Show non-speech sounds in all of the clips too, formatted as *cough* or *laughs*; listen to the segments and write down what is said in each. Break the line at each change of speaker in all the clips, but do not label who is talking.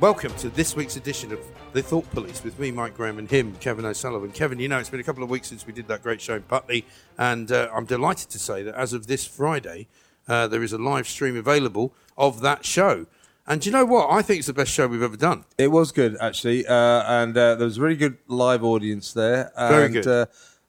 Welcome to this week's edition of The Thought Police with me, Mike Graham, and him, Kevin O'Sullivan. Kevin, you know, it's been a couple of weeks since we did that great show in Putney, and uh, I'm delighted to say that as of this Friday, uh, there is a live stream available of that show. And do you know what? I think it's the best show we've ever done.
It was good actually, uh, and uh, there was a really good live audience there. And,
Very good.
Uh,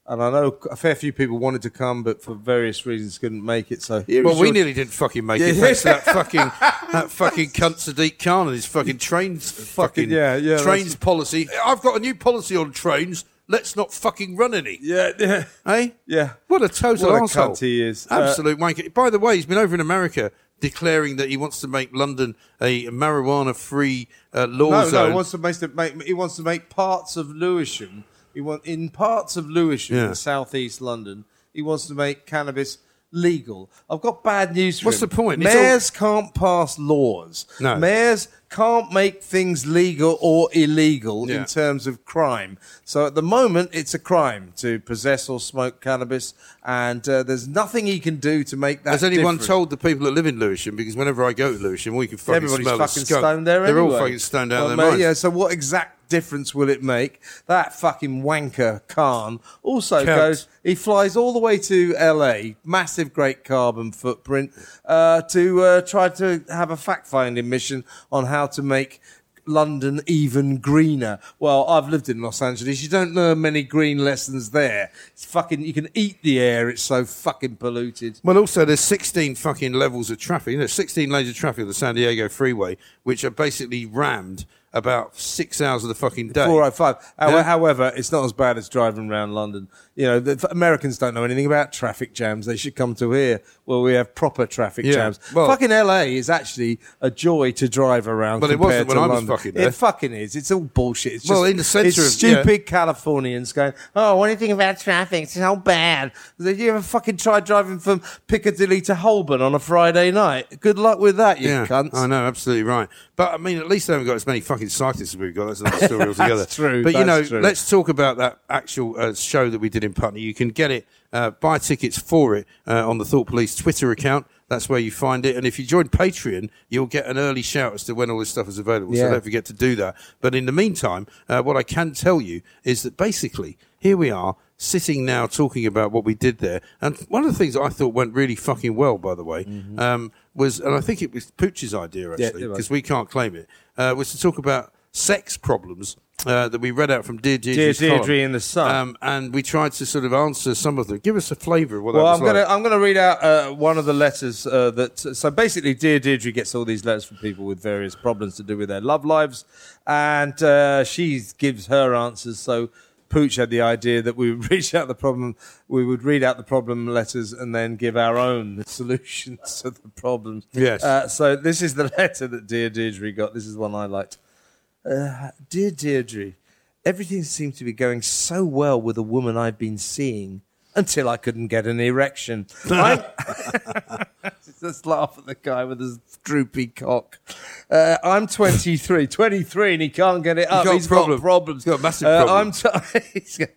and I know a fair few people wanted to come, but for various reasons couldn't make it. So
Well, we nearly didn't fucking make it
Yeah,
thanks to that fucking
*laughs*
that fucking cunt Sadiq Khan and his fucking trains fucking
yeah, yeah,
trains
that's-
policy. I've got a new policy on trains. Let's not fucking run any.
Yeah, yeah,
Eh?
yeah.
What a total
What a
arsehole.
cunt he is. Uh,
Absolute wanker. By the way, he's been over in America declaring that he wants to make London a marijuana-free uh, law
No, no.
zone.
He wants to make, make he wants to make parts of Lewisham. He want in parts of Lewisham,
Yeah.
in southeast London. He wants to make cannabis legal. I've got bad news. For
What's
him.
the point? It's all-
Mayors can't pass laws.
No.
Mayors can't make things legal or illegal
Yeah.
in terms of crime. So at the moment, it's a crime to possess or smoke cannabis, and uh, there's nothing he can do to make that.
Has anyone
different.
told the people that live in Lewisham? Because whenever I go to Lewisham, we can fucking
Everybody's
smell
fucking
the skunk.
stoned there
They're
anyway.
all fucking stoned out
Well,
of
mate,
their minds.
Yeah, so what exact difference will it make? That fucking wanker Khan also
Cunt.
goes, he flies all the way to LA, massive great carbon footprint, uh, to uh, try to have a fact finding mission on how to make. London even greener. Well, I've lived in Los Angeles. You don't learn many green lessons there. It's fucking. You can eat the air. It's so fucking polluted.
Well, also there's 16 fucking levels of traffic. You know, 16 lanes of traffic on the San Diego freeway, which are basically rammed about six hours of the fucking day.
Four oh five.
Yeah.
However, it's not as bad as driving around London. You know, the, the Americans don't know anything about traffic jams. They should come to here where we have proper traffic
Yeah.
jams.
Well-
fucking LA is actually a joy to drive around.
Well, it wasn't
compared
when
to
I was
London.
fucking there.
It fucking is. It's all bullshit. It's
Well,
just,
in the centre
it's
of- yeah.
stupid Californians going, "Oh, what do you think about traffic? It's so bad." Did you ever fucking try driving from Piccadilly to Holborn on a Friday night? Good luck with that, you
yeah,
cunts.
I know, absolutely right. But I mean, at least they haven't got as many fucking cyclists as we've got. That's another
*laughs*
story altogether.
true,
But you know,
that's true.
let's talk about that actual uh, show that we did in Putney. You can get it, uh, buy tickets for it uh, on the Thought Police Twitter account. That's where you find it. And if you join Patreon, you'll get an early shout as to when all this stuff is available. So
Yeah.
don't forget to do that. But in the meantime, uh, what I can tell you is that basically, here we are. Sitting now talking about what we did there. And one of the things I thought went really fucking well, by the way, um, was, and I think it was Pooch's idea,
Yeah,
actually,
it was.
because we can't claim it, uh, was to talk about sex problems uh, that we read out from Dear Deirdre's
Dear Deirdre
column.
in the Sun.
Um, and we tried to sort of answer some of them. Give us a flavour of what
Well,
that
I'm
was
gonna
like.
I'm gonna read out uh, one of the letters uh, that so basically, dear Deirdre gets all these letters from people with various problems to do with their love lives, and uh, she gives her answers. So Pooch had the idea that we would *laughs* reach out the problem, we would read out the problem letters, and then give our own *laughs* solutions to the problems.
Yes.
Uh, so this is the *laughs* letter that dear Deirdre got. This is one I liked. Uh, Dear Deirdre, everything seemed to be going so well with a woman I've been seeing until I couldn't get an erection.
*laughs*
I'm- Just laugh at the guy with his droopy cock. Uh, I'm 23, 23, and he can't get it up.
got a
He's
problem.
got problems.
He's got a massive
Uh,
problem.
I'm t- *laughs* he's got-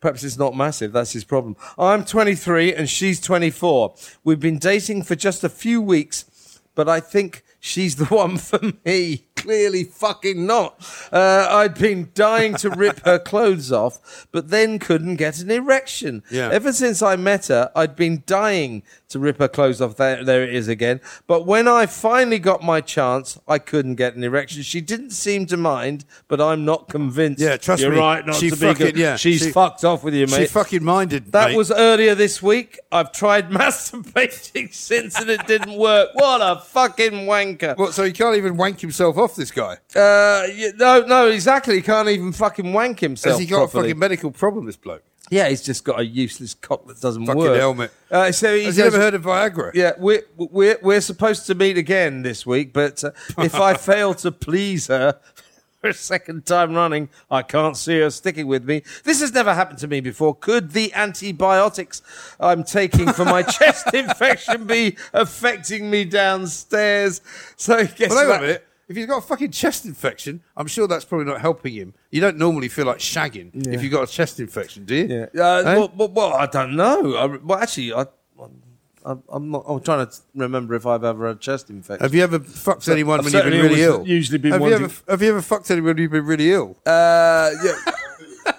Perhaps it's not massive. That's his problem. I'm 23 and she's 24. We've been dating for just a few weeks, but I think she's the *laughs* one for me. Clearly fucking not. Uh, I'd been dying to rip her clothes off, but then couldn't get an erection.
Yeah.
Ever since I met her, I'd been dying to rip her clothes off. There, there it is again. But when I finally got my chance, I couldn't get an erection. She didn't seem to mind, but I'm not convinced.
Yeah, trust
You're
me.
right, not
She
to
fucking-
be good.
yeah,
She's
she-
fucked off with you, uh, mate.
She fucking minded.
that
mate.
was earlier this week. I've tried *laughs* masturbating since and it didn't work. What a fucking wanker.
What, so he can't even wank himself off, this guy?
Uh, y- no, no, exactly. He can't even fucking wank himself.
Has he got a
properly.
fucking medical problem, this bloke?
Yeah, he's just got a useless cock that doesn't
Fucking
work.
helmet.
Uh, so he
Has
goes-
he ever heard of Viagra?
*laughs* Yeah, we're,
*laughs*
we're, we're supposed to meet again this week, but uh, if I fail to please her, *laughs* for a second time running. I can't see her sticking with me. This has never happened to me before. Could the antibiotics I'm taking for
*laughs*
my chest infection be affecting me downstairs? So it gets
But hang on
back-
a minute. If he's got a fucking chest infection, I'm sure that's probably not helping him. You don't normally feel like shagging if you've got a chest infection, do you?
Yeah. Uh,
Eh?
well, well, well, I don't know. I, well, actually, I, I, I'm not. I'm trying to remember if I've ever had chest infection.
Have you ever fucked anyone when you've
certainly
been really
always
ill?
usually been
have you
wanting-
ever have you ever fucked anyone when you've been really ill?
Uh, yeah.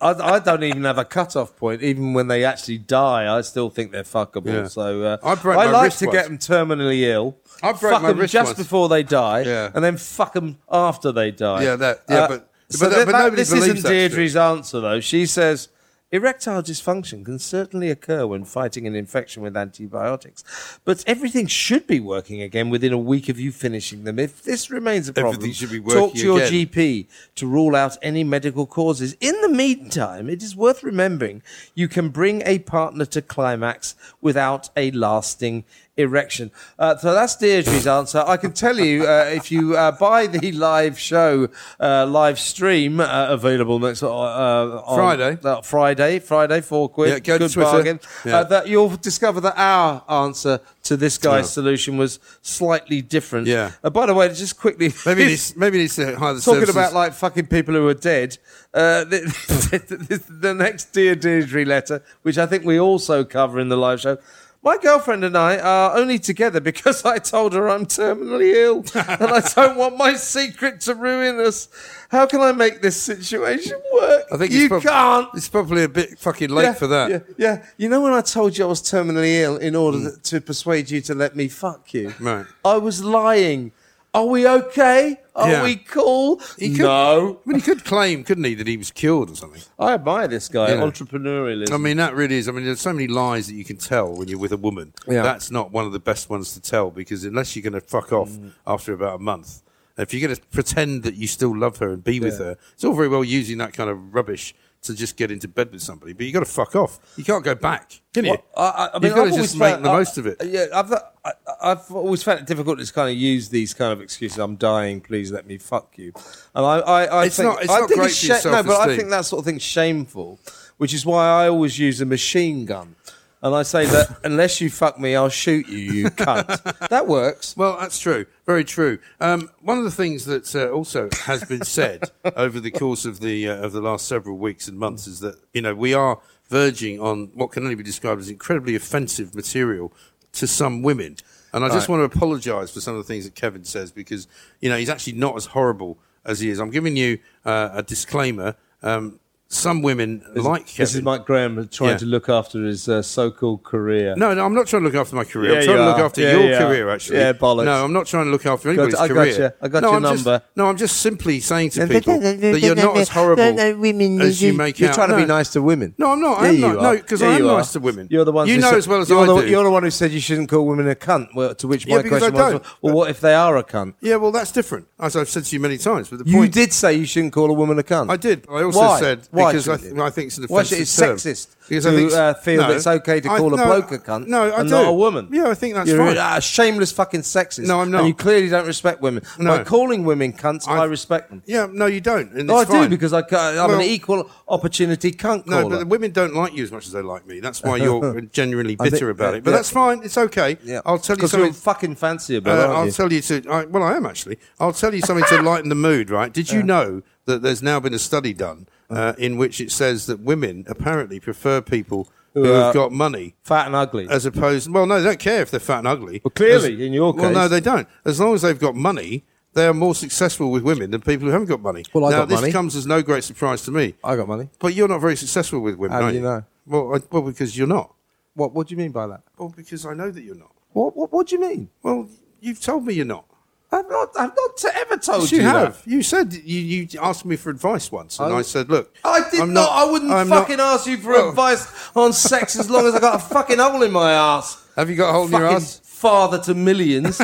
I, I don't even have a cut-off point. Even when they actually die, I still think they're fuckable.
Yeah.
So uh,
I broke my
like
wrist
to
once.
get them terminally ill.
I broke
fuck
my
them
wrist
just
once.
before they die,
Yeah.
and then fuck them after they die. Uh,
Yeah, that- yeah, but-
so
but that-
that-
but
that-
nobody
this
believes
isn't
that shit.
Deirdre's answer though. She says. Erectile dysfunction can certainly occur when fighting an infection with antibiotics, but everything should be working again within a week of you finishing them. If this remains a problem,
Everything should be
talk
working
to your
again.
GP. GP to rule out any medical causes. In the meantime, it is worth remembering you can bring a partner to climax without a lasting erection. Uh, so that's Deirdre's answer. I can tell you uh, if you uh, buy the live show, uh, live stream uh, available next uh, on
Friday.
uh, Friday, Friday, four quid,
Yeah, go to
good
Twitter.
bargain.
Yeah.
Uh, that you'll discover that our answer to this guy's solution was slightly different.
Yeah.
Uh, by the way, just quickly, *laughs*
Maybe it's maybe it's uh, hire the
Talking
services.
about like fucking people who are dead, uh, the, the, *laughs* the next Dear Deirdre letter, which I think we also cover in the live show. My girlfriend and I are only together because I told her I'm terminally ill and I don't want my secret to ruin us. How can I make this situation work?
I think
you
it's prob-
can't.
It's probably a bit fucking late for that.
Yeah, yeah. You know when I told you I was terminally ill in order th- to persuade you to let me fuck you?
Mm. Right.
I was lying. Are we okay? Are
Yeah.
we cool?
He could-
no.
I mean, he could claim, couldn't he, that he was cured or something?
I admire this guy.
Yeah.
Entrepreneurialism.
I mean, that really is. I mean, there's so many lies that you can tell when you're with a woman.
Yeah.
That's not one of the best ones to tell because unless you're going to fuck off
Mm.
after about a month, if you're going to pretend that you still love her and be with
Yeah.
her, it's all very well using that kind of rubbish to just get into bed with somebody, but you got to fuck off. You can't go back, can you?
Well, I, I
You've
mean,
got
I've
to
always
just make
found-
the
I-
most of it.
Yeah, I've, I, I've always found it difficult to kind of use these kind of excuses. I'm dying. Please let me fuck you. And I, I, I
It's
think,
not- it's
I
not
think
great
it's
for your
sha- no, but I
self-esteem.
think that sort of thing's shameful, which is why I always use a machine gun. And I say that *laughs* unless you fuck me, I'll shoot you,
*laughs*
you cunt. That works.
Well, that's true. Very true. Um, one of the things that uh, also has been
*laughs*
said over the course of the uh, of the last several weeks and months is that you know we are verging on what can only be described as incredibly offensive material to some women, and I just
Right.
want to apologise for some of the things that Kevin says because you know he's actually not as horrible as he is. I'm giving you uh, a disclaimer. Um, some women like Kevin.
This is Mike Graham trying
Yeah.
to look after his uh, so-called career.
No, no, I'm not trying to look after my career.
Yeah,
I'm trying
you
to look
are.
after
Yeah,
your
you are.
career, actually.
Yeah, bollocks.
No, I'm not trying to look after anybody's
I got
career.
you. I got
no,
your
I'm just-
number.
no, I'm just simply saying to people that you're not as horrible
women,
as you make
You're
out.
trying to be
No.
nice to women.
No, I'm not.
Yeah,
I'm
you
not.
are.
No, because
Yeah,
I
you
am
are.
nice to women.
You're the one.
You
who
know
said-
as well as
you're
I
the,
do.
You're the one who said you shouldn't call women a cunt. Well, to which
Yeah,
my
because
question
I
was,
don't.
well, what if they are a cunt?
Yeah, well, that's different. As I've said to you many times, but the
You
point
did say you shouldn't call a woman a cunt.
I did. But I also
Why?
said
Why
because I,
shouldn't
th-
you?
I think it's an
Why should-
offensive
it's
term.
sexist
Because
to,
I think
uh, feel that it's okay to call a
a
bloke a cunt
No, I
and
do.
not a woman.
Yeah, I think that's
You're
fine.
a ah, shameless fucking sexist.
No, I'm not.
And you clearly don't respect women.
No.
By calling women cunts, I,
I-
respect them.
Yeah, no, you don't. And
No, I
it's fine.
do because I, am
Well-
an equal opportunity cunt caller.
No, but the women don't like you as much as they like me. That's why
*laughs*
you're genuinely
I
bitter
think-
about
yeah,
it. But
yeah.
that's fine. It's okay.
yeah,
I'll tell you
because you're
something.
fucking fanciable.
uh,
aren't
I'll
you?
tell you to. I, well, I am actually. I'll tell you something
*laughs*
to lighten the mood. Right? Did you know that there's now been a study done
Uh-huh.
uh, in which it says that women apparently prefer people who
are-
have got money
Fat and ugly.
as opposed. Well, no, they don't care if they're fat and ugly.
Well, clearly, in your
well, no,
case.
they don't. As long as they've got money. They are more successful with women than people who haven't got money.
Well, I
now,
got
this
money.
comes as no great surprise to me.
I got money.
But you're not very successful with women,
How do
are
you know?
Well, I, well, because you're not.
What? What do you mean by that?
Well, because I know that you're not.
What? What, what do you mean?
Well, you've told me you're not.
I've not. I've not t- ever told
you,
you that.
have. You said you, you asked me for advice once, and
I-
I, said, "Look,
I did
I'm
not, I wouldn't
I'm not-
fucking ask you for
Well-
advice on sex as long as I got a fucking hole in my ass.
*laughs* Have you got a hole in your
Fucking
ass? *laughs*
Father to millions.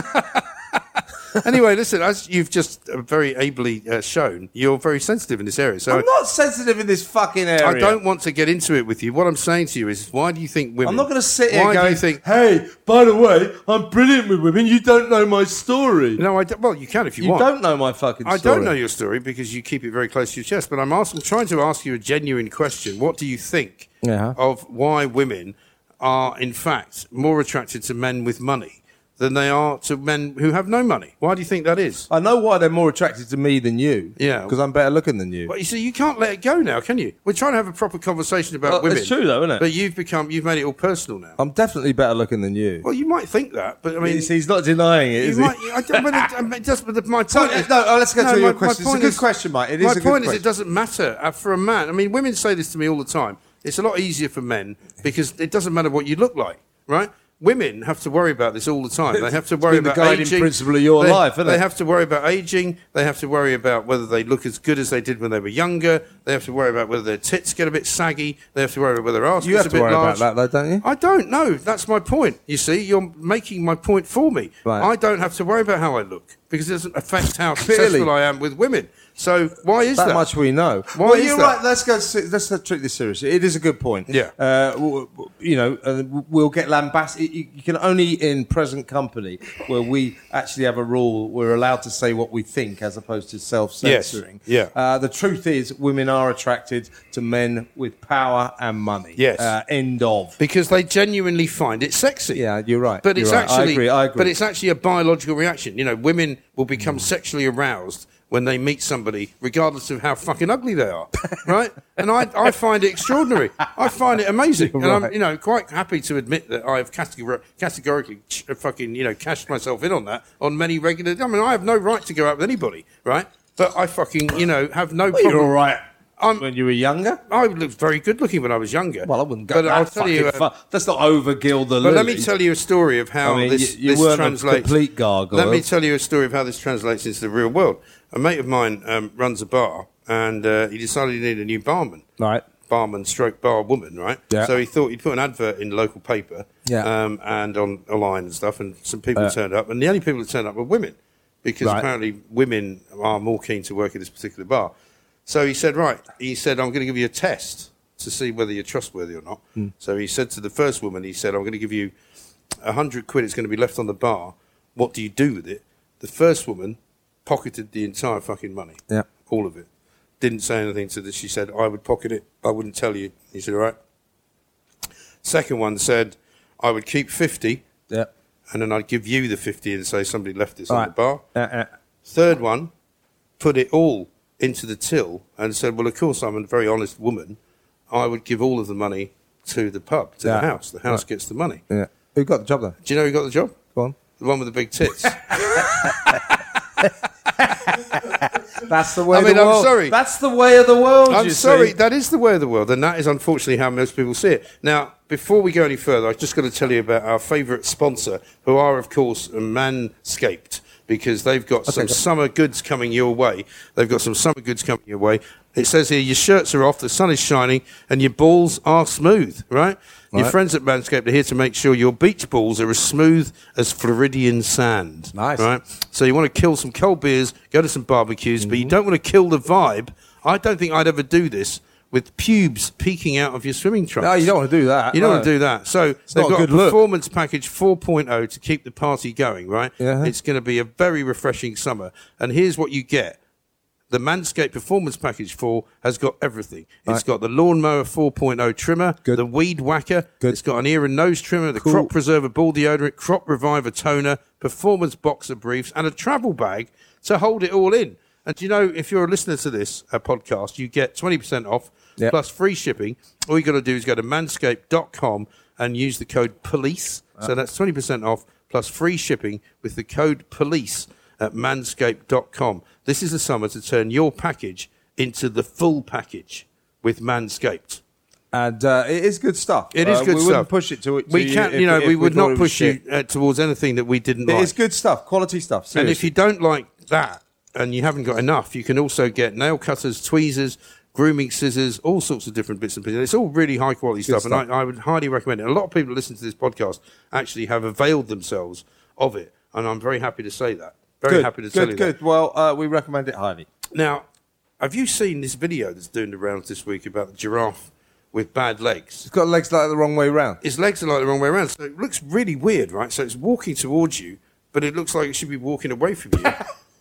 anyway, listen, as you've just uh, very ably uh, shown, you're very sensitive in this area. So
I'm not sensitive in this fucking area.
I don't want to get into it with you. What I'm saying to you is, why do you think women?
I'm not going to sit here
Why do
going,
you think?
hey, by the way, I'm brilliant with women. You don't know my story.
No, I don't, well, you can if you,
you
want.
don't know my fucking
I
story.
don't know your story because you keep it very close to your chest. But I'm asking, trying to ask you a genuine question. What do you think
Yeah.
of why women are, in fact, more attracted to men with money than they are to men who have no money? Why do you think that is?
I know why they're more attracted to me than you.
Yeah.
Because I'm better looking than you.
But you see, you can't let it go now, can you? We're trying to have a proper conversation about
Well,
women.
it's true though, isn't it?
But you've become, you've made it all personal now.
I'm definitely better looking than you.
Well, you might think that, but I mean,
he's, he's not denying it,
you
is he?
might. I don't, but it, I mean, it does, but the- my point
So, uh,
is,
no, oh, let's go to your question. It's a
point
good question, Mike. It is
my
a good
point is,
question.
it doesn't matter uh, for a man. I mean, women say this to me all the time. It's a lot easier for men because it doesn't matter what you look like, right? Women have to worry about this all the time. They have to worry
been the
about
guiding
aging.
principle of your
they,
life, isn't
they
it?
have to worry about aging. They have to worry about whether they look as good as they did when they were younger. They have to worry about whether their tits get a bit saggy. They have to worry about whether their arse
You
gets
have
a
to
bit
worry
large.
about that, though, don't you?
I don't know. That's my point. You see, you're making my point for me.
Right.
I don't have to worry about how I look because it doesn't affect how
Clearly.
successful I am with women. So why is
that,
that?
much we know.
Why
well,
is
you're
that?
right. Let's go. se- Let's not treat this seriously. It is a good point.
Yeah.
Uh, w- w- you know, uh, we'll get lambasted. You you can only in present company where we actually have a rule we're allowed to say what we think as opposed to self-censoring.
Yes. Yeah.
Uh, the truth is, women are attracted to men with power and money.
Yes.
Uh, end of.
Because they genuinely find it sexy.
Yeah, you're right.
But it's
You're right. I
actually,
agree, I agree. Mm.
but it's actually a biological reaction. You know, women will become sexually aroused when they meet somebody, regardless of how fucking ugly they are, *laughs* right? and I, I find it extraordinary. I find it amazing, and I'm,
right.
you know, quite happy to admit that I have categor- categorically ch- uh, fucking, you know, cashed myself in on that on many regular. I mean, I have no right to go out with anybody, right? But I fucking, you know, have no problem.
you're all right.
I'm-
when you were younger.
I looked very good looking when I was younger.
Well, I wouldn't go.
But
that
I'll tell you.
fucking
uh,
far. Let's not overgill the.
but let
lily.
me tell you a story of how
I mean,
this,
you- you
this
weren't a
translates.
complete gargoyle.
Let me tell you a story of how this translates into the real world. A mate of mine um, runs a bar, and uh, he decided he needed a new barman.
Right.
Barman stroke bar woman, right?
Yeah.
So he thought he'd put an advert in the local paper
Yeah.
um, and on online and stuff, and some people turned up, and the only people that turned up were women because
Right.
apparently women are more keen to work at this particular bar. So he said, right, he said, I'm going to give you a test to see whether you're trustworthy or not.
Hmm.
So he said to the first woman, he said, I'm going to give you a hundred quid. It's going to be left on the bar. What do you do with it? The first woman pocketed the entire fucking money.
Yeah.
All of it. Didn't say anything to this. She said, I would pocket it. I wouldn't tell you. He said, all right. Second one said, I would keep 50
Yeah.
and then I'd give you the 50 and say somebody left this on
Right.
the bar.
Uh, uh,
Third one put it all into the till and said, Well, of course, I'm a very honest woman. I would give all of the money to the pub, to
Yeah.
the house. The house gets the money.
yeah. Who got the job then?
Do you know who got the job?
Go on.
The one with the big
*laughs*
tits.
That's the way
I
of
mean,
the
I'm
world.
sorry.
That's the way of the world.
I'm
you
sorry,
See.
that is the way of the world, and that is unfortunately how most people see it. Now, before we go any further, I've just got to tell you about our favourite sponsor, who are, of course, Manscaped, because they've got some
go.
summer goods coming your way. They've got some summer goods coming your way. It says here your shirts are off, the sun is shining, and your balls are smooth, right? Your
Right.
friends at Manscaped are here to make sure your beach balls are as smooth as Floridian sand.
Nice.
Right? So you want to kill some cold beers, go to some barbecues, but you
Mm-hmm.
don't want to kill the vibe. I don't think I'd ever do this with pubes peeking out of your swimming trunks.
No, you don't want to do that.
You don't
no.
want to do that. So they've
not a
got
good
a
look.
performance package 4.0 to keep the party going, right?
Yeah.
It's going to be a very refreshing summer. And here's what you get. The Manscaped Performance Package 4 has got everything. It's got the Lawnmower 4.0 trimmer, the Weed Whacker,
Good.
it's got an ear and nose trimmer, the Crop Preserver Ball Deodorant, Crop Reviver Toner, Performance Boxer Briefs, and a travel bag to hold it all in. And do you know, if you're a listener to this uh, podcast, you get 20% off
Yep.
plus free shipping. All you got to do is go to manscaped.com and use the code POLICE. So that's 20% off plus free shipping with the code POLICE at manscaped.com. This is the summer to turn your package into the full package with Manscaped.
And uh, it is good stuff.
It is
Uh,
good
we
stuff.
wouldn't push it to it.
We can't, you know, we would not push you uh, towards anything that we didn't
It
like.
is good stuff. Quality stuff.
And if
seriously.
you don't like that and you haven't got enough, you can also get nail cutters, tweezers, grooming scissors, all sorts of different bits and pieces. It's all really high quality stuff, and I, I would highly recommend it. A lot of people that listen to this podcast actually have availed themselves of it, and I'm very happy to say that. Very
good,
happy to tell
good,
you that.
good. Well, uh, we recommend it highly.
Now, have you seen this video that's doing the rounds this week about the giraffe with bad legs?
It's got legs like the wrong way round.
Its legs are like the wrong way around, so it looks really weird, right? So it's walking towards you, but it looks like it should be walking away from
*laughs*
you.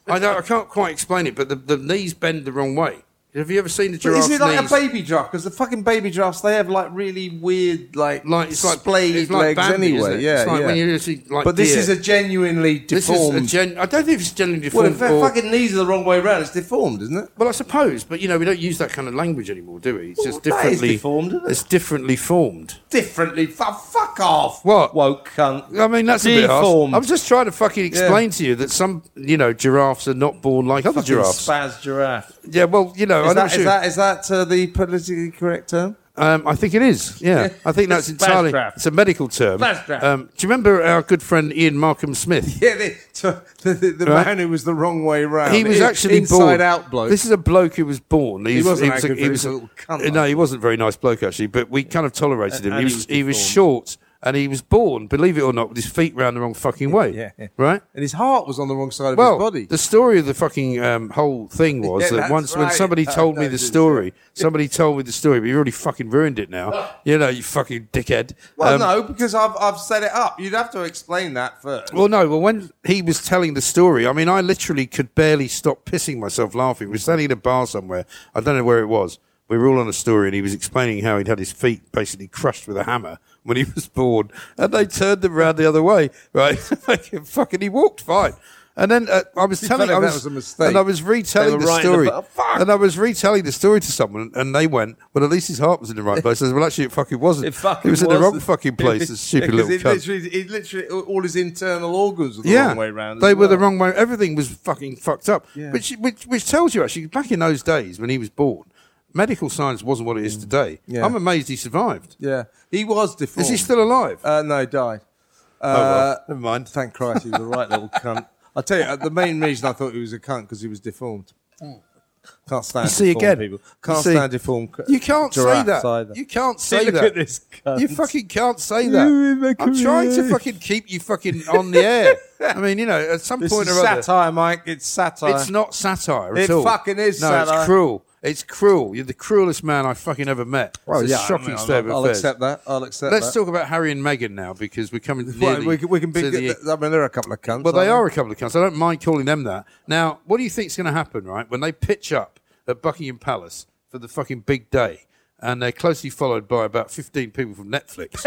I, don't, I can't quite explain it, but the, the knees bend the wrong way. Have you ever seen the
But
giraffe's
isn't it like
knees?
a baby giraffe? Because the fucking baby giraffes, they have like really weird, like,
Like it's like
splayed
it's like
legs
Bambi,
anyway.
isn't it?
Yeah,
it's like
yeah.
when you see like
but this
deer.
is a genuinely
this is a
deformed.
gen. I don't think it's generally
well,
deformed.
if their
or-
fucking knees are the wrong way round, it's deformed, isn't it?
Well, I suppose, but you know, we don't use that kind of language anymore, do we? It's just
Well, that is
differently
deformed, isn't it?
It's differently formed.
Differently. Fu- fuck off.
What?
Woke cunt.
I mean, that's a bit harsh.
Deformed.
I'm just trying to fucking explain to you that some, you know, giraffes are not born like other
Fucking
giraffes.
Spaz giraffe. Is
yeah, well, you know, I'm
that,
not
is
sure.
that, is that uh, the politically correct term?
Um, I think it is.
*laughs*
Yeah, I think that's
Spaz
entirely.
giraffe.
It's a medical term.
Spaz giraffe.
Um, do you remember our good friend Ian Markham Smith?
*laughs* Yeah, the, to, the, the, the
Right.
man who was the wrong way round.
He was
In-
actually
inside
born
out bloke.
This is a bloke who was born. He's-
wasn't
was
that
a-
good,
he
but
was
he's a little cunt,
No, he wasn't a very nice bloke actually. But we kind of tolerated him.
And
he was
he was
he was
deformed.
short and he was born. Believe it or not, with his feet round the wrong fucking way.
Yeah, yeah.
Right.
and his heart was on the wrong side of
Well,
his body.
the story of the fucking um, whole thing was
Yeah,
that
that's
once when
right.
somebody
I
told me the
noticed,
story, somebody told me the story, but you already fucking ruined it
*laughs*
now. You know, you fucking dickhead.
well,
Um,
no, because I've, I've set it up. You'd have to explain that first.
Well, no. Well, when he was telling the story, I mean, I literally could barely stop pissing myself laughing. We were standing in a bar somewhere. I don't know where it was. We were all on a story, and he was explaining how he'd had his feet basically crushed with a hammer when he *laughs* was born, and they turned them round the other way. Right? *laughs* Fucking- Fucking, he walked fine. And then uh, I was telling,
felt
I was,
like that was a mistake.
and I was retelling
They were
the
right in the
story,
bu- Fuck!
and I was retelling the story to someone, and they went, "Well, at least his heart was in the right place." I said, "Well, actually, it fucking wasn't.
It fucking
was in the wrong
wasn't. *laughs*
fucking place." This stupid
because
little
it
cunt.
literally, it literally, all his internal organs were the
Yeah,
wrong way round. as
They were the
well.
wrong way. Everything was fucking fucked up.
Yeah.
Which, which which tells you actually, back in those days when he was born, medical science wasn't what it is today.
Mm. Yeah.
I'm amazed he survived.
Yeah, he was deformed.
Is he still alive?
Uh, no, he died. Uh,
Oh, well, never mind.
Thank Christ, he was a right little cunt. I tell you, uh, the main reason I thought he was a cunt because he was deformed. Can't stand.
You see
deformed
again,
people.
you
Can't
see-
stand deformed. c-
You can't say
giraffes
that.
either.
You can't say
look
that.
at this cunt.
You fucking can't say
You in
that.
my
I'm trying to
career.
fucking keep you fucking on the air. I mean, you know, at some
This
point
is
or other,
satire, Mike. It's satire.
It's not satire at
It
all.
fucking is
no, it's
satire.
cruel. It's cruel. You're the cruelest man I fucking ever met.
Well,
it's
Oh, yeah,
a
I
shocking
mean, I'll-
state of
I'll
affairs.
accept that. I'll accept
Let's
that.
talk about Harry and Meghan now because we're coming
Well,
nearly
we, can- we can be.
to the-
I mean, they're a couple of cunts.
well, they
aren't
are a couple of cunts. I don't mind calling them that. Now, what do you think's going to happen, right? When they pitch up at Buckingham Palace for the fucking big day, and they're closely followed by about fifteen people from *laughs* Netflix,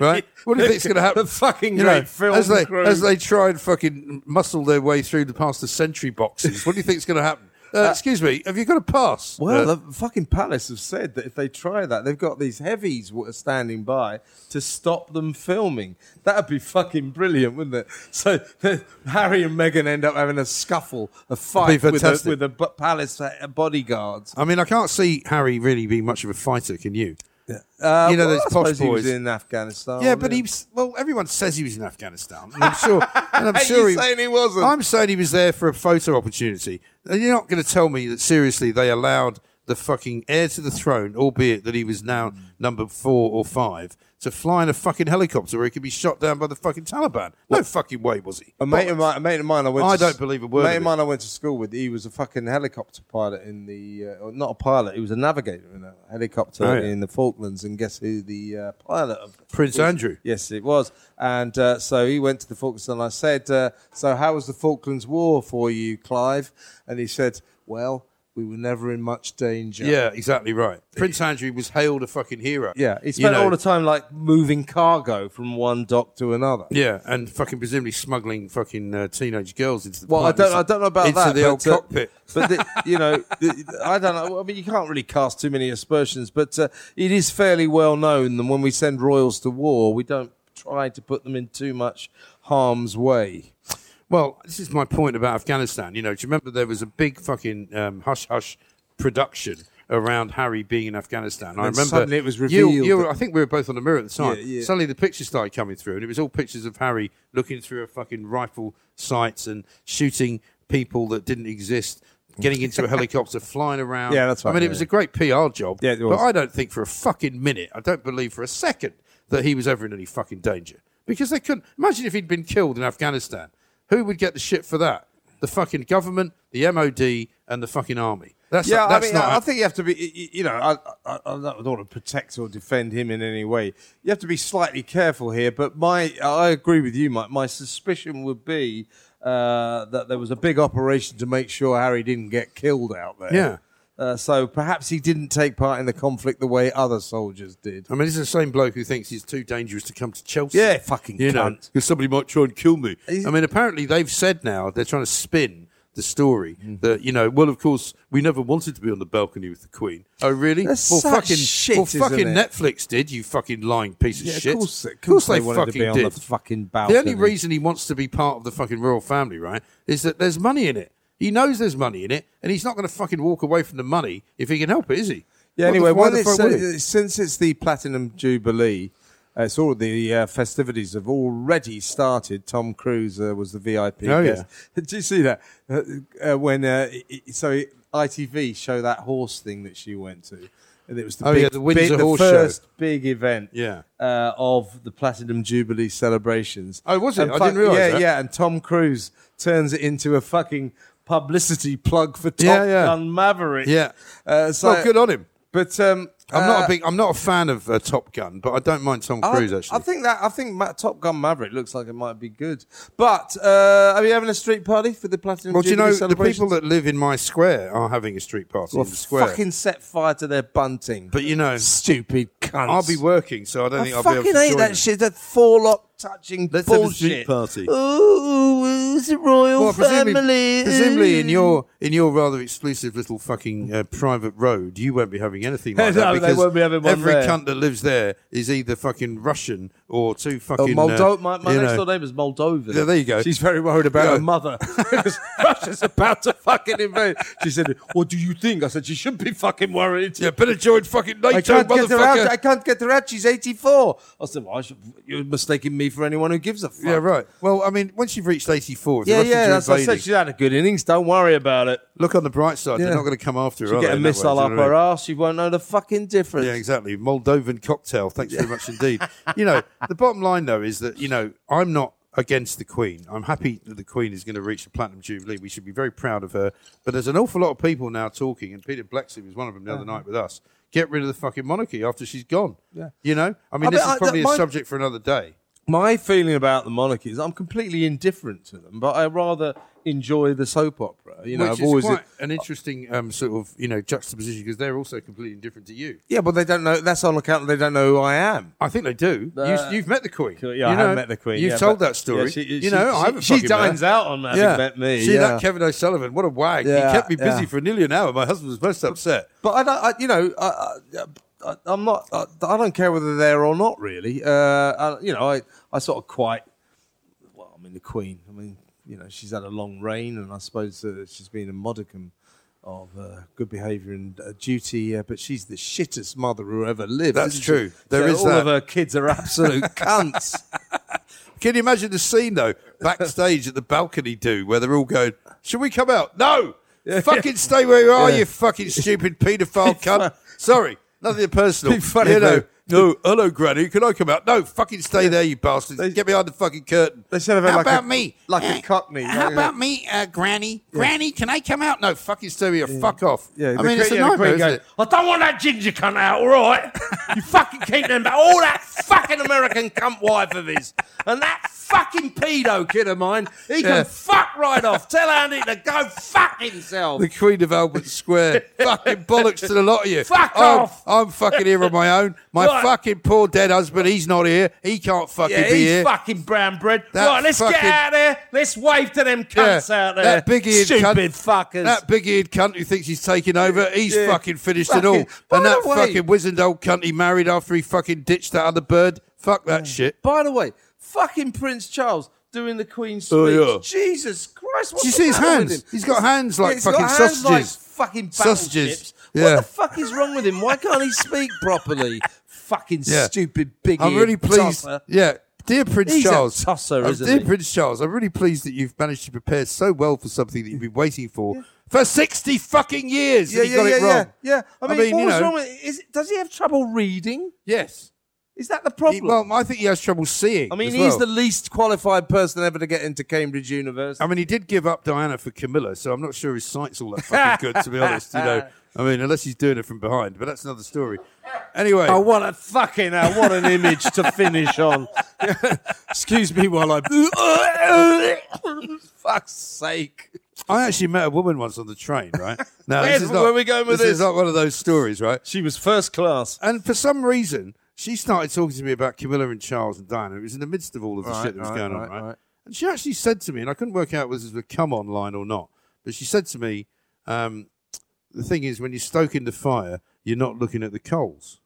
right? What do you think's going to happen?
The fucking
You know,
great film
as they
crew.
as they try and fucking muscle their way through the past the sentry boxes. What do you think's going to happen? Uh, excuse me, have you got a pass?
Well,
Uh,
the fucking palace have said that if they try that, they've got these heavies w- standing by to stop them filming. That'd be fucking brilliant, wouldn't it? So *laughs* Harry and Meghan end up having a scuffle, a fight with the,
fantastic.
with the bu- palace uh, bodyguards.
I mean, I can't see Harry really being much of a fighter. Can you?
Uh,
You know,
well,
those
I
posh
suppose he was
boys.
in Afghanistan.
Yeah, but
wasn't
he was, well, everyone says he was in Afghanistan. And I'm
*laughs*
sure, and I'm
You
sure he,
saying he wasn't?
I'm saying he was there for a photo opportunity. And you're not going to tell me that seriously they allowed the fucking heir to the throne, albeit that he was now number four or five, to fly in a fucking helicopter where he could be shot down by the fucking Taliban. No fucking way was he.
A mate, of mine, a mate of mine, I went.
I
to
don't
s-
believe a word
Mate
of
of
it.
mine, I went to school with. He was a fucking helicopter pilot in the, uh, or not a pilot. He was a navigator in a helicopter
Oh, yeah.
in the Falklands. And guess who the uh, pilot of?
Prince Andrew.
Yes, it was. And uh, so he went to the Falklands, and I said, uh, "So how was the Falklands War for you, Clive?" And he said, "Well, we were never in much danger."
Yeah, exactly right. Prince Andrew was hailed a fucking hero.
yeah. He
You
spent
know,
all the time like moving cargo from one dock to another.
Yeah, and fucking presumably smuggling fucking uh, teenage girls into the
Well, I
parties-
don't, I don't know about
into
that.
the
but,
old
uh,
cockpit.
*laughs* but the,
*laughs*
you know, the, I don't know. I mean, you can't really cast too many aspersions, but uh, it is fairly well known that when we send royals to war, we don't try to put them in too much harm's way.
Well, this is my point about Afghanistan. You know, do you remember there was a big fucking um, hush hush production around Harry being in Afghanistan? I
then
remember
suddenly it was
you-
revealed
you were-
that-
I think we were both on the mirror at the time.
Yeah, yeah.
Suddenly the pictures started coming through, and it was all pictures of Harry looking through a fucking rifle sights and shooting people that didn't exist. Getting
*laughs*
into a helicopter, flying around.
Yeah, that's
I
right,
mean, it
yeah,
was
yeah.
a great PR job.
Yeah, it was.
But I don't think for a fucking minute, I don't believe for a second that he was ever in any fucking danger because they couldn't. Imagine if he'd been killed in Afghanistan. Who would get the shit for that? the fucking government, the MOD, and the fucking army. That's
yeah,
that's
I mean,
not.
I, I think you have to be. y- y- You know, I, I, I don't want to protect or defend him in any way. You have to be slightly careful here. But my, I agree with you. My, my suspicion would be uh, that there was a big operation to make sure Harry didn't get killed out there.
Yeah.
Uh, so perhaps he didn't take part in the conflict the way other soldiers did.
I mean, it's the same bloke who thinks he's too dangerous to come to Chelsea.
Yeah, fucking
you know,
cunt.
because somebody might try and kill me.
He's-
I mean, apparently they've said now they're trying to spin the story
Mm.
that you know. Well, of course, we never wanted to be on the balcony with the Queen. Oh, really?
That's
well,
such
fucking
shit,
Well,
isn't
fucking
it?
Netflix did. You fucking lying piece of
Yeah, of
shit.
course- of
Of
course they
they
wanted to
fucking
be on the
did.
fucking
The only
balcony.
reason he wants to be part of the fucking royal family, right, is that there's money in it. He knows there's money in it, and he's not going to fucking walk away from the money if he can help it, is he?
Yeah.
What the-
anyway,
why
when
the
it's,
fuck would he?
uh, since it's the platinum jubilee, uh, it's all the uh, festivities have already started. Tom Cruise uh, was the VIP.
Oh,
guest. *laughs* Did you see that uh, uh, when uh, i- i- so ITV show that horse thing that she went to? And it was the
Oh,
big,
yeah, the Windsor
big- the
Horse Show.
first big event
Yeah.
uh, of the Platinum Jubilee celebrations.
Oh, was it?
And
I didn't realise
Yeah,
that.
yeah. And Tom Cruise turns it into a fucking publicity plug for Top
Yeah, yeah.
Gun Maverick.
Yeah.
Uh, so
well, good on him.
but um,
I'm
uh,
not a big. I'm not a fan of uh, Top Gun, but I don't mind Tom
I-
Cruise actually.
I think that I think Ma- Top Gun Maverick looks like it might be good. But uh, are we having a street party for the platinum?
well, do you
Jubilee
know the
celebrations?
people that live in my square are having a street party
Well,
in the square.
fucking set fire to their bunting?
but you know,
stupid cunts.
I'll be working, so I don't think
I
I'll be able
fucking
to
hate
join
that
them.
shit. That forelock touching
Let's have a
bullshit
street party.
Ooh, it's a royal
Well, presumably,
family.
presumably in your in your rather exclusive little fucking uh, private road, you won't be having anything
*laughs*
like
No,
that
they
because
won't be having one
every
there.
cunt that lives there is either fucking Russian or too
Oh,
fucking.
Moldo-
uh,
my my
you
next
know.
door neighbour's Moldovan.
Yeah, there you go.
She's very worried about
Yeah.
her mother *laughs* because Russia's about to fucking invade. She said, "What do you think?" I said, "She shouldn't be fucking worried."
Yeah, better join fucking NATO,
I can't get her out.
motherfucker.
I can't get her out. She's 84. I said, well, I should, you're mistaking me for anyone who gives a fuck.
Yeah, right. Well, I mean, once you've reached 84, if the
Yeah,
Russians
yeah,
are
that's what I
invading-
said. She's had a good innings. Don't worry about it.
Look on the bright side,
Yeah.
they're not going to come after her.
She'll
are
get
they,
a
in that way?
missile
Do you
up
know what I
her
mean?
ass. She won't know the fucking difference.
Yeah, exactly. Moldovan cocktail. Thanks very much
*laughs*
indeed. you know, the bottom line though is that you know I'm not against the Queen. I'm happy that the Queen is going to reach the platinum jubilee. We should be very proud of her. But there's an awful lot of people now talking, and Peter Blexley was one of them the other night with us. Get rid of the fucking monarchy after she's gone.
Yeah.
You know, I mean, this
I mean,
is
I-
probably
my-
a subject for another day.
My feeling about the monarchy is I'm completely indifferent to them, but I rather enjoy the soap opera. You know,
which
I've
is
always.
quite an interesting um, sort of you know juxtaposition because they're also completely different to you.
yeah, but they don't know. That's on account that they don't know who I am.
I think they do.
Uh,
you, you've met the Queen.
Yeah,
you
I
know.
have met the Queen.
You've
yeah,
told
but-
that story.
yeah, she-
you
she-
know, I
she-
haven't
She
fucking met her.
dines out on that.
Yeah.
met me.
See
yeah.
that Kevin O'Sullivan? What a wag!
Yeah,
he kept me busy
yeah.
for nearly an hour. My husband was most upset.
But I don't, I, you know, I, I- I, I'm not. I, I don't care whether they're there or not, really. Uh, I, you know, I, I sort of quite. Well, I mean, the Queen. I mean, you know, she's had a long reign, and I suppose uh, she's been a modicum of uh, good behaviour and uh, duty. Uh, but she's the shittest mother who ever lived.
That's
isn't
true.
She?
There
so
is
all
that.
of her kids
*laughs*
are absolute cunts.
Can you imagine the scene though, backstage at the balcony do where they're all going, "Should we come out? No, fucking stay where you are,
Yeah.
you
*laughs*
fucking stupid paedophile cunt." Sorry, nothing personal.
Be funny,
you know,
though.
no, hello, Granny. Can I come out? No, fucking stay there, you bastards. Get behind the fucking curtain.
They should have had
How
like a-
about me?
like a Cockney,
How
like a-
about me, uh, Granny? Granny, can I come out? No, fucking stay here. Fuck off.
Yeah,
I mean,
the,
it's a
yeah, the
nightmare,
Queen
isn't
goes,
it?
I don't want that ginger cunt out, all right? You fucking keep them back. All that fucking American cunt wife of his. And that fucking pedo kid of mine, he can
Yeah.
fuck right off. Tell Andy to go fuck himself.
The Queen of Albert
*laughs*
Square. fucking bollocks to the lot of you.
Fuck
I'm,
off.
I'm fucking here on my own. My
Right.
fucking poor dead husband, he's not here. He can't fucking
yeah,
be
he's
here.
fucking brown bread.
That
right, let's get
fucking-
out of there. Let's wave to them
Yeah,
cunts out there.
That big eared
Stupid
cunt,
fuckers.
That big eared cunt who thinks he's taking over, he's
Yeah.
fucking finished it
Fucking-
all.
by
And that
the way-
fucking wizened old cunt he married after he fucking ditched that other bird. Fuck that shit.
By the way, fucking Prince Charles doing the Queen's speech.
Oh, yeah.
Jesus Christ! What's
you
the
see his
matter
hands?
with him?
He's got hands like
he's
fucking
got hands like
sausages.
fucking
Sausages.
sausages. What
Yeah.
the fuck is wrong with him? Why can't he speak
*laughs*
properly? fucking
Yeah.
stupid big.
I'm really pleased. Yeah. Dear Prince
He's a
Charles,
tosser,
Oh,
isn't
dear
he?
Prince Charles, I'm really pleased that you've managed to prepare so well for something that you've been waiting for for sixty fucking years.
Yeah,
and you
yeah,
got
yeah,
it wrong.
yeah, yeah. I mean,
you
what was
know,
wrong with? Is does he have trouble reading?
Yes,
Is that the
He-
problem?
well, I think he has trouble seeing.
I mean,
as
he's
well.
the least qualified person ever to get into Cambridge University.
I mean, he did give up Diana for Camilla, so I'm not sure his sight's all that
*laughs*
fucking good, to be honest. You know, I mean, unless he's doing it from behind, but that's another story. Anyway,
Oh, what a fucking hell, what an image to finish on. *laughs* Excuse me while I. *laughs* Fuck's sake.
I actually met a woman once on the train,
*laughs*
right? Now,
Where's-
this is not,
where are we going with
This is
this?
not one of those stories, right?
She was first class.
And for some reason, she started talking to me about Camilla and Charles and Diana. It was in the midst of all of the
Right,
shit that was
right,
going on,
right,
right?
right.
And she actually said to me, and I couldn't work out whether this was a come on line or not, but she said to me, um, the thing is, when you're stoking the fire, you're not looking at the coals.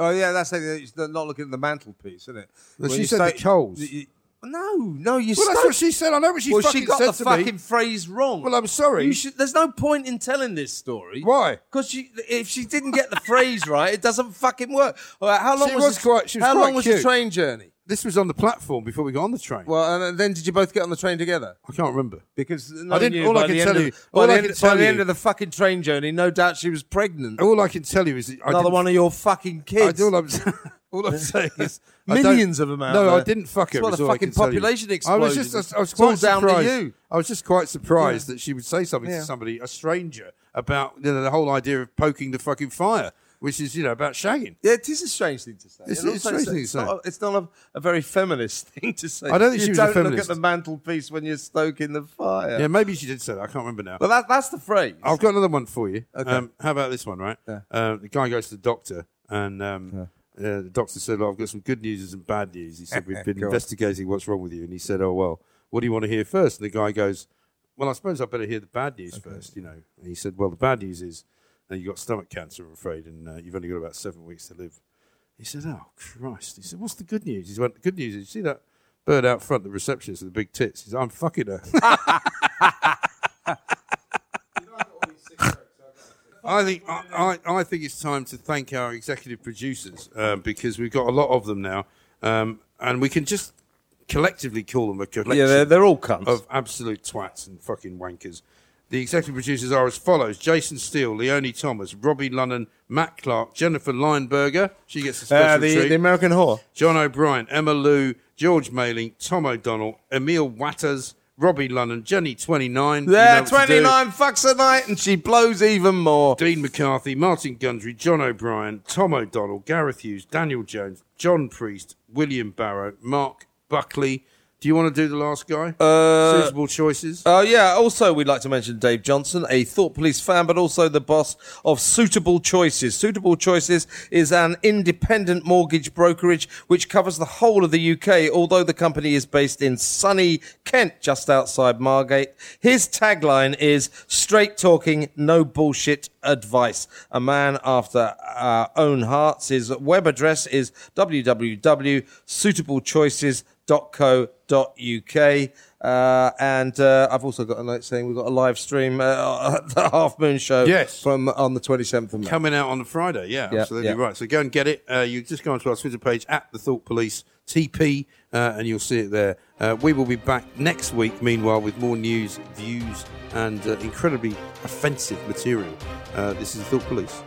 Oh, yeah, that's it. You're not looking at the mantelpiece, isn't it?
Well,
When
she
you
said the
say-
coals.
you- No, no, you
Well, that's
stoke-
what she said. I know what she
Well,
fucking
she got
said
the
to
fucking
me.
phrase wrong.
Well, I'm sorry.
You should, there's no point in telling this story.
Why?
Because she, if she didn't get the phrase right, it doesn't fucking work. All right, how long
She
was,
was
the-
quite- she was
how
quite
long was
cute.
the train journey?
This was on the platform before we got on the train.
Well, and then did you both get on the train together?
I can't remember.
Because
I didn't- all I can tell you- all
by, the
I
end,
can
by
tell
the
you-
end of the fucking train journey, no doubt she was pregnant.
All I can tell you is that I
Another
didn't,
one of your *laughs* fucking
I,
kids.
all, I'm, *laughs* all
*laughs*
I'm saying is I don't-
Millions of them out
No,
there.
I didn't fuck her.
That's why
is
the
all I
fucking
can tell you.
population
I was
exploded.
just I, I was
It's all
quite
down to
surprised.
you.
I was just quite surprised that she would say something
Yeah.
to somebody, a stranger, about you know, the whole idea of poking the fucking fire, which is you know about shagging.
yeah, it is a strange thing to say.
It's-
And
it's
also
a strange
it's
thing to
not, a, it's not a, a very feminist *laughs* thing to say.
I don't think
you
she was a
don't look
feminist.
at the mantelpiece when you're stoking the fire.
Yeah, maybe she did say that. I can't remember now.
Well, that, that's the phrase.
I've got another one for you. Um, how about this one, right? Uh, the guy goes to the doctor, and um, uh, the doctor said, "Well, I've got some good news and some bad news." He said, "We've been investigating what's wrong with you," and he said, "Oh well, what do you want to hear first? And the guy goes, "Well, I suppose I better hear the bad news first, you know." And he said, "Well, the bad news is uh, you got stomach cancer, I'm afraid, and uh, you've only got about seven weeks to live." He said, "Oh Christ!" He said, "What's the good news?" He went, "The good news is you see that." Bird out front, the receptionist with the big tits. He said, I'm fucking her. I think I, I, I think it's time to thank our executive producers uh, because we've got a lot of them now, um, and we can just collectively call them a collection
yeah, they're, they're all cunts.
of absolute twats and fucking wankers. The executive producers are as follows: Jason Steele, Leonie Thomas, Robbie Lunnan, Matt Clark, Jennifer Leinberger. She gets a special
Uh, the,
treat.
the American whore.
John O'Brien, Emma Lou, George Mailing, Tom O'Donnell, Emil Watters, Robbie Lunnan, Jenny Twenty Nine.
Yeah, 29 fucks a night and she blows even more.
Dean McCarthy, Martin Gundry, John O'Brien, Tom O'Donnell, Gareth Hughes, Daniel Jones, John Priest, William Barrow, Mark Buckley. Do you want to do the last guy? Uh, Suitable choices.
Oh yeah. Also, we'd like to mention Dave Johnson, a Thought Police fan, but also the boss of Suitable Choices. Suitable Choices is an independent mortgage brokerage which covers the whole of the UK. Although the company is based in sunny Kent, just outside Margate, his tagline is "Straight talking, no bullshit advice." A man after our own hearts. His web address is www.suitablechoices.com www.co.uk. Uh, and uh, I've also got a note saying we've got a live stream uh, *laughs* at the Half Moon Show
Yes.
from on the 27th of May.
Coming out on the Friday, yeah,
Yeah,
absolutely
yeah.
right. So go and get it. Uh, you just go onto our Twitter page at the Thought Police TP, uh, and you'll see it there. Uh, we will be back next week, meanwhile, with more news, views, and uh, incredibly offensive material. Uh, this is the Thought Police.